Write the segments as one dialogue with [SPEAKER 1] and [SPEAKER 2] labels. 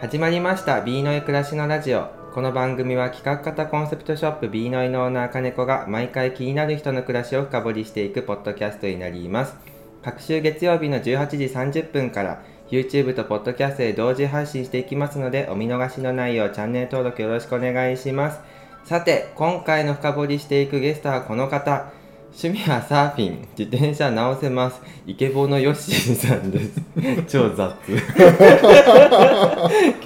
[SPEAKER 1] 始まりました B のい暮らしのラジオこの番組は企画型コンセプトショップ B のいのオーナー金子が毎回気になる人の暮らしを深掘りしていくポッドキャストになります各週月曜日の18時30分から YouTube と Podcast で同時配信していきますのでお見逃しのないようチャンネル登録よろしくお願いしますさて今回の深掘りしていくゲストはこの方趣味はサーフィン自転車直せますイケボのヨッシーさんです超雑今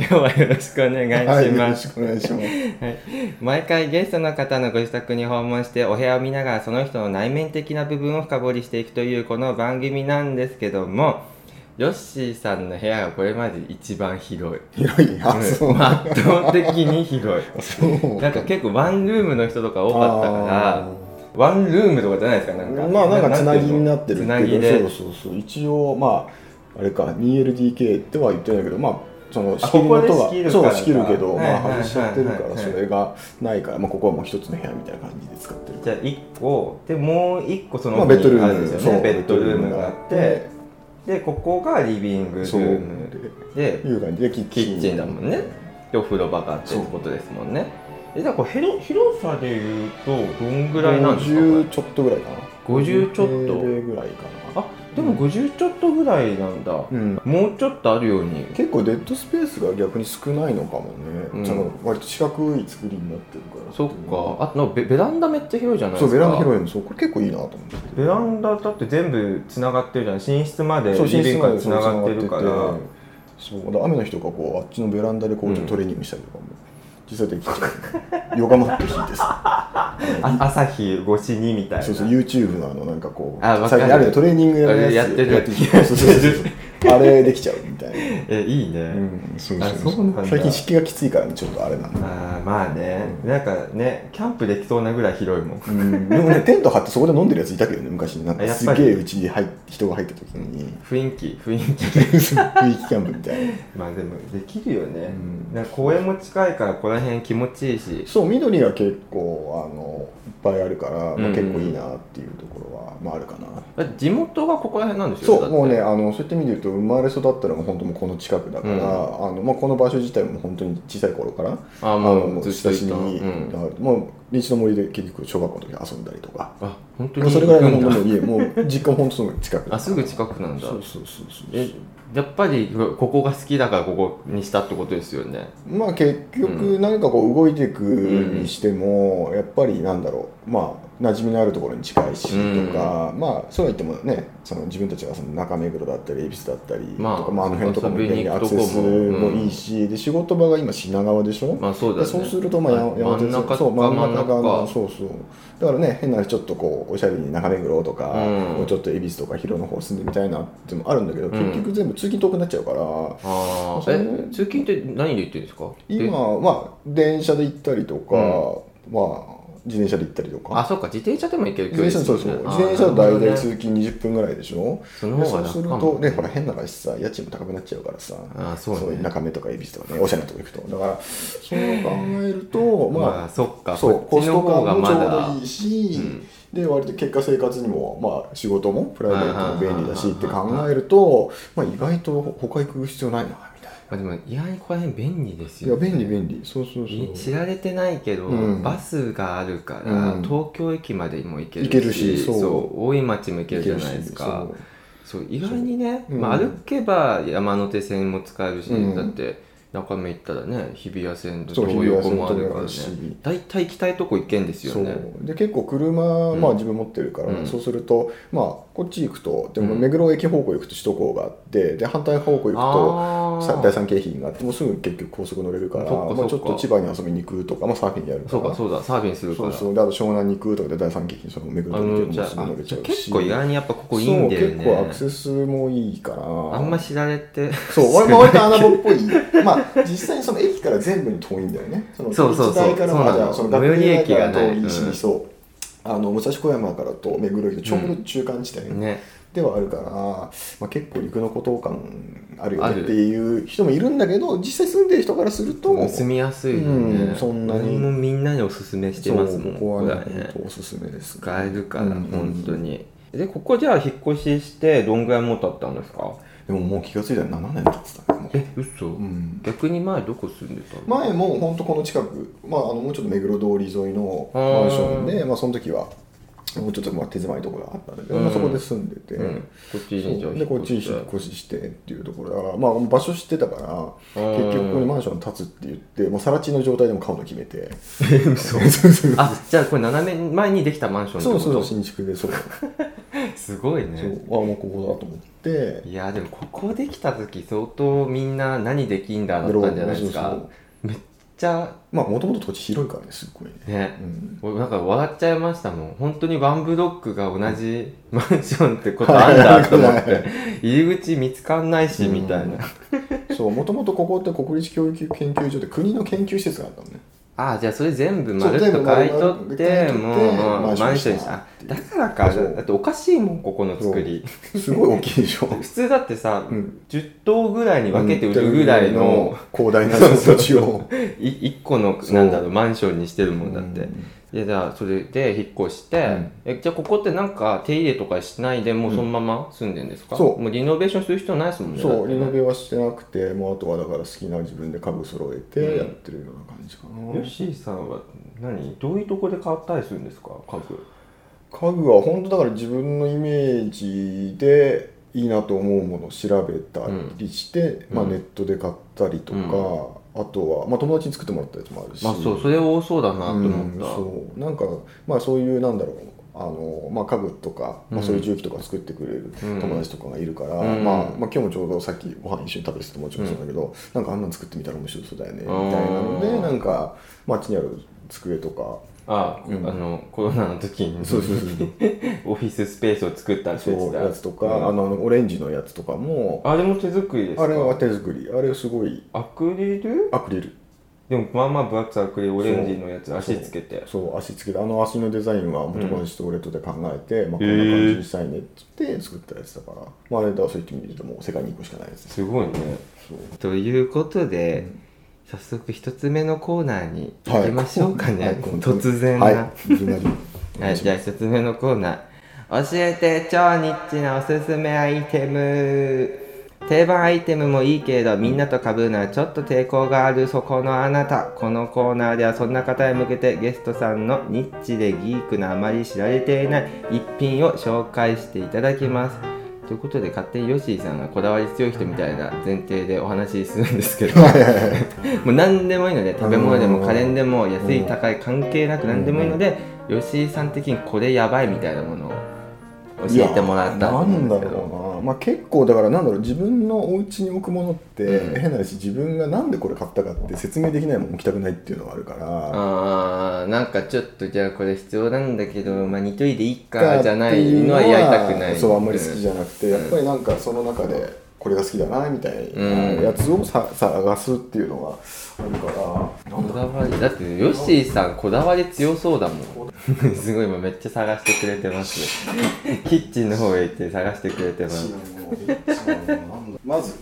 [SPEAKER 1] 日はよろしくお願
[SPEAKER 2] はいい、
[SPEAKER 1] し
[SPEAKER 2] よ
[SPEAKER 1] ま
[SPEAKER 2] ろ
[SPEAKER 1] す、
[SPEAKER 2] しくお願いします。
[SPEAKER 1] はい、毎回ゲストの方のご自宅に訪問してお部屋を見ながらその人の内面的な部分を深掘りしていくというこの番組なんですけどもヨッシーさんの部屋がこれまで一番広い
[SPEAKER 2] 広い。あ、そう。
[SPEAKER 1] ん圧倒的に広い
[SPEAKER 2] そう
[SPEAKER 1] なんか結構ワンルームの人とか多かったからワンルームとかじゃないですかなんか
[SPEAKER 2] まあなんかつなぎになってる
[SPEAKER 1] つ
[SPEAKER 2] け
[SPEAKER 1] な
[SPEAKER 2] ど
[SPEAKER 1] ぎで
[SPEAKER 2] そうそうそう一応まああれか 2LDK っては言ってないけどまあその仕切り
[SPEAKER 1] ここ
[SPEAKER 2] の
[SPEAKER 1] で
[SPEAKER 2] とは
[SPEAKER 1] 仕切るから
[SPEAKER 2] そう
[SPEAKER 1] か
[SPEAKER 2] 仕切るけど、
[SPEAKER 1] はいはいはい
[SPEAKER 2] まあ外しちゃってるか
[SPEAKER 1] はい
[SPEAKER 2] ら
[SPEAKER 1] はい
[SPEAKER 2] それがないから、まあ、ここはもう一つの部屋みたいな感じで使ってる
[SPEAKER 1] じゃあ1個でもう1個その
[SPEAKER 2] まあ、
[SPEAKER 1] 奥
[SPEAKER 2] ベッドル
[SPEAKER 1] にあるん
[SPEAKER 2] ー
[SPEAKER 1] で
[SPEAKER 2] ム
[SPEAKER 1] すよね、
[SPEAKER 2] そう
[SPEAKER 1] ベッドルームがあってでここがリビングル
[SPEAKER 2] そう
[SPEAKER 1] ームで
[SPEAKER 2] いう感じでキッ
[SPEAKER 1] キ
[SPEAKER 2] チン
[SPEAKER 1] ッチンだもんねでお風呂場があってってことですもんねえだから広広さでいうとどんぐらいなんですかこ
[SPEAKER 2] 50ちょっとぐらいかな
[SPEAKER 1] れ50ちょっ
[SPEAKER 2] 平米ぐらいか
[SPEAKER 1] とあ
[SPEAKER 2] な
[SPEAKER 1] でも50ちょっとぐらいなんだ、
[SPEAKER 2] うん
[SPEAKER 1] もうちょっとあるように
[SPEAKER 2] 結構デッドスペースが逆に少ないのかもね、
[SPEAKER 1] うん
[SPEAKER 2] その割と四角い作りになってるから
[SPEAKER 1] そっかあとなんかベベランダめっちゃ広いじゃないですか
[SPEAKER 2] そうベランダ広いのそうこれ結構いいなと思って
[SPEAKER 1] ベランダだって全部つながってるじゃん寝室まで
[SPEAKER 2] そう
[SPEAKER 1] リビングから
[SPEAKER 2] 寝
[SPEAKER 1] つ
[SPEAKER 2] 室
[SPEAKER 1] な
[SPEAKER 2] まで
[SPEAKER 1] がってるから
[SPEAKER 2] 繋がっててそうだから雨の日とかこうあっちのベランダでこうちょっとトレーニングしたりとかも、実際できちゃうヨガマット引いてさ
[SPEAKER 1] あ朝日越しにみたいな
[SPEAKER 2] そうそう YouTube のあのなんかこう
[SPEAKER 1] あわかる
[SPEAKER 2] 最近あるトレーニングやるやつ
[SPEAKER 1] やってる
[SPEAKER 2] やってるそうそうそうそうあれできちゃうみたいな、
[SPEAKER 1] えいいね、
[SPEAKER 2] うん、そう
[SPEAKER 1] あそうなんだ
[SPEAKER 2] 最近湿気がきついからねちょっとあれなんだ
[SPEAKER 1] あーまあねなんかねキャンプできそうなぐらい広いもん
[SPEAKER 2] うんでもね、テント張ってそこで飲んでるやついたけどね、昔なん
[SPEAKER 1] あ
[SPEAKER 2] か
[SPEAKER 1] やっ
[SPEAKER 2] す
[SPEAKER 1] ぱり
[SPEAKER 2] げえうちに入っ人が入った時に、
[SPEAKER 1] 雰囲気雰囲気
[SPEAKER 2] 雰囲気キャンプみたいな。
[SPEAKER 1] まあでもできるよね、
[SPEAKER 2] うん
[SPEAKER 1] なんか公園も近いからこの辺気持ちいいし
[SPEAKER 2] そう、緑が結構あのいっぱいあるから、ま
[SPEAKER 1] うん
[SPEAKER 2] あ、結構いいなっていうところは、まあ、あるかな。
[SPEAKER 1] だって地元がここら辺なんでしょ
[SPEAKER 2] そうもうね
[SPEAKER 1] だって
[SPEAKER 2] あのそういった意味で言うと生まれ育ったのが本当もうこの近くだから、
[SPEAKER 1] うん
[SPEAKER 2] あのまあ、この場所自体も本当に小さい頃から
[SPEAKER 1] あー
[SPEAKER 2] あ
[SPEAKER 1] も
[SPEAKER 2] の
[SPEAKER 1] うずっと
[SPEAKER 2] 親
[SPEAKER 1] い
[SPEAKER 2] しみ
[SPEAKER 1] た、う
[SPEAKER 2] に、
[SPEAKER 1] ん、
[SPEAKER 2] あもう立地の森で結局小学校の時遊んだりとか、
[SPEAKER 1] あ本当
[SPEAKER 2] まあ、
[SPEAKER 1] に
[SPEAKER 2] それぐらいの
[SPEAKER 1] 行くん
[SPEAKER 2] 本
[SPEAKER 1] だ
[SPEAKER 2] 当に家もう実家も本当すぐ近く
[SPEAKER 1] あすぐ近くなんだ
[SPEAKER 2] そうそうそうそう
[SPEAKER 1] えやっぱりここが好きだからここにしたってことですよね
[SPEAKER 2] まあ結局何かこう動いていくにしてもやっぱりなんだろうまあ馴染みのあるところに近いしとか、まあそうは言ってもねその自分たちがその中目黒だったり恵比寿だったりとか、
[SPEAKER 1] まあ
[SPEAKER 2] まあ、あの辺とかも
[SPEAKER 1] 遊びに行
[SPEAKER 2] ア
[SPEAKER 1] くと
[SPEAKER 2] ク
[SPEAKER 1] こも
[SPEAKER 2] セスもいいし、で仕事場が今品川でしょ、
[SPEAKER 1] まあそうだ
[SPEAKER 2] で
[SPEAKER 1] よね
[SPEAKER 2] そうするとまあや山
[SPEAKER 1] 真
[SPEAKER 2] 手
[SPEAKER 1] ん中
[SPEAKER 2] 線
[SPEAKER 1] か
[SPEAKER 2] そう真ん中
[SPEAKER 1] 真
[SPEAKER 2] が
[SPEAKER 1] ん中
[SPEAKER 2] そうそうだからね変な話ちょっとこうおしゃれに中目黒とか、
[SPEAKER 1] うん
[SPEAKER 2] こうちょっと恵比寿とか広尾の方住んでみたいなってのもあるんだけど、
[SPEAKER 1] ん
[SPEAKER 2] 結局全部通勤遠くなっちゃうから。
[SPEAKER 1] ああ
[SPEAKER 2] それ
[SPEAKER 1] え通勤って何で行ってるんですか
[SPEAKER 2] 今
[SPEAKER 1] で
[SPEAKER 2] はまあ電車で行ったりとか、まあ自転車で行ったりと
[SPEAKER 1] あ
[SPEAKER 2] か
[SPEAKER 1] そっか自転車でも行ける距
[SPEAKER 2] 自
[SPEAKER 1] 離
[SPEAKER 2] 転車そうそう自転車は大体通勤20分ぐらいでしょ
[SPEAKER 1] その
[SPEAKER 2] で
[SPEAKER 1] 方が
[SPEAKER 2] そう
[SPEAKER 1] 楽
[SPEAKER 2] する
[SPEAKER 1] かも
[SPEAKER 2] とねほら変な話さ家賃も高くなっちゃうからさ
[SPEAKER 1] あーそうね
[SPEAKER 2] いう中目とか恵比寿とかねおしゃれなとこ行くとだからそう考えるとまあ、
[SPEAKER 1] まあそっか
[SPEAKER 2] そう
[SPEAKER 1] こ
[SPEAKER 2] コ
[SPEAKER 1] っち
[SPEAKER 2] ス
[SPEAKER 1] の
[SPEAKER 2] ト
[SPEAKER 1] 方
[SPEAKER 2] 感
[SPEAKER 1] が
[SPEAKER 2] も
[SPEAKER 1] ま
[SPEAKER 2] ちょう
[SPEAKER 1] だ
[SPEAKER 2] どいい
[SPEAKER 1] う
[SPEAKER 2] し、
[SPEAKER 1] ん
[SPEAKER 2] で割と結果生活にも、まあ、仕事もプライベートも便利だしって
[SPEAKER 1] あー
[SPEAKER 2] 考えると、まあ、意外と他行く必要ないなみたい
[SPEAKER 1] まあ、でも意外にここら辺便利です
[SPEAKER 2] な
[SPEAKER 1] よ、
[SPEAKER 2] いや便利便利そうそうそう
[SPEAKER 1] 知られてないけど、
[SPEAKER 2] うん
[SPEAKER 1] バスがあるから、
[SPEAKER 2] うん
[SPEAKER 1] 東京駅までも行けるし
[SPEAKER 2] 行けるし
[SPEAKER 1] そ
[SPEAKER 2] そうう
[SPEAKER 1] 大井町も行けるじゃないですかそう意外にね、
[SPEAKER 2] そううん
[SPEAKER 1] まあ、歩けば山手線も使えるし、
[SPEAKER 2] うん
[SPEAKER 1] だって中目行ったらね日比谷線と
[SPEAKER 2] そう
[SPEAKER 1] 東横もあ
[SPEAKER 2] 日比
[SPEAKER 1] る
[SPEAKER 2] 谷
[SPEAKER 1] からね
[SPEAKER 2] 線と東横だし
[SPEAKER 1] 大体行きたいとこ行けんですよ
[SPEAKER 2] そう
[SPEAKER 1] ね
[SPEAKER 2] で結構車、
[SPEAKER 1] うん
[SPEAKER 2] まあ、自分持ってるから、
[SPEAKER 1] うん
[SPEAKER 2] そうすると、まあ、こっち行くとでも
[SPEAKER 1] うん
[SPEAKER 2] 目黒駅方向行くと首都高があってで反対方向行
[SPEAKER 1] あ
[SPEAKER 2] くと
[SPEAKER 1] ー
[SPEAKER 2] さ第三京浜があってもうすぐ結局高速乗れるから
[SPEAKER 1] そっか
[SPEAKER 2] まあ、ち
[SPEAKER 1] そ
[SPEAKER 2] ょ
[SPEAKER 1] っ
[SPEAKER 2] っ
[SPEAKER 1] か
[SPEAKER 2] と千葉に遊びに行くとか、まあ、サーフィンやるから
[SPEAKER 1] そうかそうだサーフィンするか
[SPEAKER 2] そ
[SPEAKER 1] ら
[SPEAKER 2] うそうであと湘南に行くとかで第三京浜その目黒
[SPEAKER 1] あ
[SPEAKER 2] とか
[SPEAKER 1] の
[SPEAKER 2] で
[SPEAKER 1] じ
[SPEAKER 2] も
[SPEAKER 1] ゃ
[SPEAKER 2] う
[SPEAKER 1] あ
[SPEAKER 2] すぐ乗れち
[SPEAKER 1] じゃ
[SPEAKER 2] ゃ
[SPEAKER 1] あ
[SPEAKER 2] うし
[SPEAKER 1] 結構意外にやっぱここいいんだよ
[SPEAKER 2] そう
[SPEAKER 1] ね
[SPEAKER 2] 結構アクセスもいいから
[SPEAKER 1] あんま知られて
[SPEAKER 2] そう、俺も割と穴場っぽい。まあ、実際にその駅から全部に遠いんだよね。その
[SPEAKER 1] そうそうそう
[SPEAKER 2] 自治体から
[SPEAKER 1] そ
[SPEAKER 2] も
[SPEAKER 1] うなの
[SPEAKER 2] じゃあその
[SPEAKER 1] 最寄
[SPEAKER 2] 学
[SPEAKER 1] り
[SPEAKER 2] 園
[SPEAKER 1] 駅が
[SPEAKER 2] 駅が
[SPEAKER 1] ない
[SPEAKER 2] 遠いし、
[SPEAKER 1] うん
[SPEAKER 2] そう。あの武蔵小山からと目黒駅のちょうど中間地帯
[SPEAKER 1] ね
[SPEAKER 2] ではあるから、まあ、結構陸の孤島感あるよ
[SPEAKER 1] あ
[SPEAKER 2] ね
[SPEAKER 1] る
[SPEAKER 2] っていう人もいるんだけど実際住んでる人からすると
[SPEAKER 1] 住みやすいよね、
[SPEAKER 2] うんそんなに
[SPEAKER 1] 俺もみんなにおすすめしてますも
[SPEAKER 2] そ
[SPEAKER 1] ん
[SPEAKER 2] うここはね
[SPEAKER 1] ここだ
[SPEAKER 2] 本当おすすめです
[SPEAKER 1] 使えるから、
[SPEAKER 2] うん
[SPEAKER 1] 本当にでここじゃあ引っ越ししてどんぐらいもう経ったんですか
[SPEAKER 2] でももう気が付いたら7年経ってたねもう
[SPEAKER 1] え嘘、
[SPEAKER 2] うん
[SPEAKER 1] 逆に前どこ住んでたの、
[SPEAKER 2] 前も本当この近く、まあ、あのもうちょっと目黒通り沿いのマンションで、まあ、その時はもうちょっとまあ手狭いところがあったんだけど、まあ、そこで住んでて、
[SPEAKER 1] うん、こっち
[SPEAKER 2] そう
[SPEAKER 1] にじゃあ
[SPEAKER 2] でこっちに
[SPEAKER 1] 引
[SPEAKER 2] 引っ
[SPEAKER 1] っ越して
[SPEAKER 2] 越ししてっていうところだから、まあ、場所知ってたから
[SPEAKER 1] うん
[SPEAKER 2] 結局ここにマンション建つって言ってもう更地の状態でも買うの決めて
[SPEAKER 1] え嘘
[SPEAKER 2] そうそう
[SPEAKER 1] あじゃあこれ斜め前にできたマンションって
[SPEAKER 2] そう
[SPEAKER 1] こと
[SPEAKER 2] そう新築でそう
[SPEAKER 1] すごい
[SPEAKER 2] そう
[SPEAKER 1] ね
[SPEAKER 2] あもうここだと思って
[SPEAKER 1] いやでもここできた時相当みんな何できんだだったんじゃないですか
[SPEAKER 2] そうそう
[SPEAKER 1] めっちゃ
[SPEAKER 2] まあもともと土地広いからねすっごいね、
[SPEAKER 1] ね
[SPEAKER 2] うん、
[SPEAKER 1] 俺なんか笑っちゃいましたもん本当にワンブロックが同じ マンションってことあんだと思っ
[SPEAKER 2] はい
[SPEAKER 1] て入り口見つかんないしみたいな
[SPEAKER 2] そうもともとここって国立教育研究所って国の研究施設があったのね
[SPEAKER 1] ああじゃあそれ全部ま
[SPEAKER 2] そう
[SPEAKER 1] るっ
[SPEAKER 2] 全
[SPEAKER 1] と
[SPEAKER 2] 部
[SPEAKER 1] 買い取って
[SPEAKER 2] 丸々買い取って
[SPEAKER 1] もうもう
[SPEAKER 2] マンション
[SPEAKER 1] マン
[SPEAKER 2] に
[SPEAKER 1] ションにし
[SPEAKER 2] した
[SPEAKER 1] たあ
[SPEAKER 2] っていう
[SPEAKER 1] だからか
[SPEAKER 2] そう
[SPEAKER 1] だっておかしいもんここの作り
[SPEAKER 2] すごい大きいでしょ
[SPEAKER 1] 普通だってさ、
[SPEAKER 2] うん
[SPEAKER 1] 10棟ぐらいに分けて売るぐらいの
[SPEAKER 2] 広大な土地を
[SPEAKER 1] 1個の
[SPEAKER 2] そう
[SPEAKER 1] なんだろうマンションにしてるもんだって、
[SPEAKER 2] うん
[SPEAKER 1] でじゃあそれで引っ越して、
[SPEAKER 2] うん
[SPEAKER 1] えじゃあここってなんか手入れとかしないでもうそのまま住んでんですか、
[SPEAKER 2] うんそう
[SPEAKER 1] もうリノベーションする必要ないですもんねだ
[SPEAKER 2] そ
[SPEAKER 1] っ
[SPEAKER 2] う
[SPEAKER 1] て
[SPEAKER 2] リ
[SPEAKER 1] ね
[SPEAKER 2] ノベはしてなくてもうあとはだから好きな自分で家具揃えてやってるような感じかな、
[SPEAKER 1] ヨッシーさんは何どういうとこで買ったりするんですか家具
[SPEAKER 2] 家具は本当だから自分のイメージでいいなと思うものを調べたりして、
[SPEAKER 1] うん
[SPEAKER 2] まあ、
[SPEAKER 1] うん
[SPEAKER 2] ネットで買ったりとか、あとは、まあ、友達に作ってもらったやつもあるし、
[SPEAKER 1] まあそうそれ多そうだなと思った、
[SPEAKER 2] うん、そうなんかまあそういうなんだろうあのまあ、家具とか、まあ、そういう重機とか作ってくれる
[SPEAKER 1] うん
[SPEAKER 2] 友達とかがいるから、
[SPEAKER 1] うん
[SPEAKER 2] まあ、まあ今日もちょうどさっきご飯一緒に食べててもちろんそうだけど、なんかあんなん作ってみたら面白そうだよねみたいなの
[SPEAKER 1] う
[SPEAKER 2] で
[SPEAKER 1] ん
[SPEAKER 2] なんか街にある机とか
[SPEAKER 1] あ、
[SPEAKER 2] うん
[SPEAKER 1] あのコロナの時に
[SPEAKER 2] そうそうそう
[SPEAKER 1] オフィススペースを作ったって言っ
[SPEAKER 2] そう
[SPEAKER 1] てた
[SPEAKER 2] やつとか、
[SPEAKER 1] うん
[SPEAKER 2] あのあのオレンジのやつとかも
[SPEAKER 1] あれも手作りですか
[SPEAKER 2] あれは手作りあれすごい
[SPEAKER 1] アクリル
[SPEAKER 2] アクリル
[SPEAKER 1] でもまあまあ分厚いアクリルオレンジのやつ足つけて
[SPEAKER 2] そう足つけてあの足のデザインは元の人と俺とで考えて、まあ、こんな感じにしたいねって言って作ったやつだから、まあ、あれだそう言ってみるともう世界に1個しかないですね
[SPEAKER 1] すごいね
[SPEAKER 2] そう
[SPEAKER 1] ということで、早速一つ目のコーナーに行きましょうかね、
[SPEAKER 2] はい
[SPEAKER 1] 突然な、
[SPEAKER 2] は
[SPEAKER 1] はいい
[SPEAKER 2] いきなり
[SPEAKER 1] じゃあ一つ目のコーナー教えて超ニッチなおすすめアイテム定番アイテムもいいけれどみんなと被るのはちょっと抵抗があるそこのあなたこのコーナーではそんな方へ向けてゲストさんのニッチでギークなあまり知られていない一品を紹介していただきますということで勝手にヨッシーさんがこだわり強い人みたいな前提でお話しするんですけどもう何でもいいので食べ物でも家電でも安い高い関係なく何でもいいので吉井さん的にこれやばいみたいなものを教えてもらった
[SPEAKER 2] い
[SPEAKER 1] と
[SPEAKER 2] や
[SPEAKER 1] 思
[SPEAKER 2] な
[SPEAKER 1] うんんで
[SPEAKER 2] だ
[SPEAKER 1] すけど
[SPEAKER 2] ろうな、まあ、結構だからなんだろう自分のお家に置くものって、
[SPEAKER 1] うん
[SPEAKER 2] 変な話自分がなんでこれ買ったかって説明できないもん置きたくないっていうのはあるから
[SPEAKER 1] あーなんかちょっとじゃあこれ必要なんだけど、まあ、2人でいいかじゃないのはやりたくない
[SPEAKER 2] そうあんまり好きじ
[SPEAKER 1] ゃ
[SPEAKER 2] ゃなくて、やっぱりなんかその中でこれが好きだなみたいな
[SPEAKER 1] うん
[SPEAKER 2] やつをさ探すっていうのがあるからなん
[SPEAKER 1] こ
[SPEAKER 2] だ
[SPEAKER 1] だわりだってヨッシーさんこだわり強そうだもん すごい今めっちゃ探してくれて ますキッチンの方へ行って探してくれてます
[SPEAKER 2] まず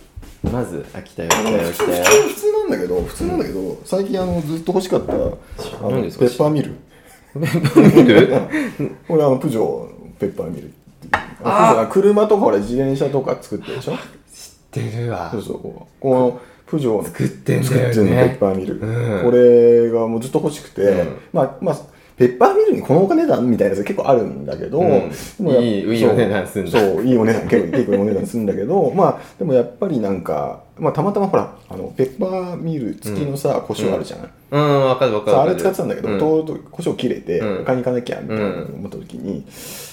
[SPEAKER 1] まずあ来たよ来たよ
[SPEAKER 2] 普
[SPEAKER 1] 来
[SPEAKER 2] 通
[SPEAKER 1] たよ
[SPEAKER 2] 普通なんだけど普通なんだけど、最近あのずっと欲しかったあの
[SPEAKER 1] 何
[SPEAKER 2] ペ
[SPEAKER 1] ですか
[SPEAKER 2] ッパーミル
[SPEAKER 1] 見る
[SPEAKER 2] 俺あのプジョーのペッパーミルっていうあプジョーが車とかほら自転車とか作ってるでしょ
[SPEAKER 1] 知ってるわ
[SPEAKER 2] そうそうこうこのプジョーの
[SPEAKER 1] 作ってんだ
[SPEAKER 2] 作
[SPEAKER 1] よね
[SPEAKER 2] ってんのペッパーミル、
[SPEAKER 1] うん
[SPEAKER 2] これがもうずっと欲しくて、
[SPEAKER 1] うん
[SPEAKER 2] まあまあペッパーミルにこのお金だみたいなやつ結構あるんだけど、
[SPEAKER 1] うん
[SPEAKER 2] でもやっ
[SPEAKER 1] いいいい
[SPEAKER 2] そう
[SPEAKER 1] お値段すんだ
[SPEAKER 2] そういいお値段結構結構いいお値段するんだ けどまあでもやっぱりなんか、まあ、たまたまほらあのペッパーミル付きのさ、胡椒あるじゃない、
[SPEAKER 1] うんわかるわかる
[SPEAKER 2] さあ
[SPEAKER 1] わかる
[SPEAKER 2] れ使ってたんだけど、
[SPEAKER 1] う
[SPEAKER 2] とうとう胡椒切れて、
[SPEAKER 1] うん
[SPEAKER 2] 買いに行かなきゃみたいな
[SPEAKER 1] うん
[SPEAKER 2] 思った時に、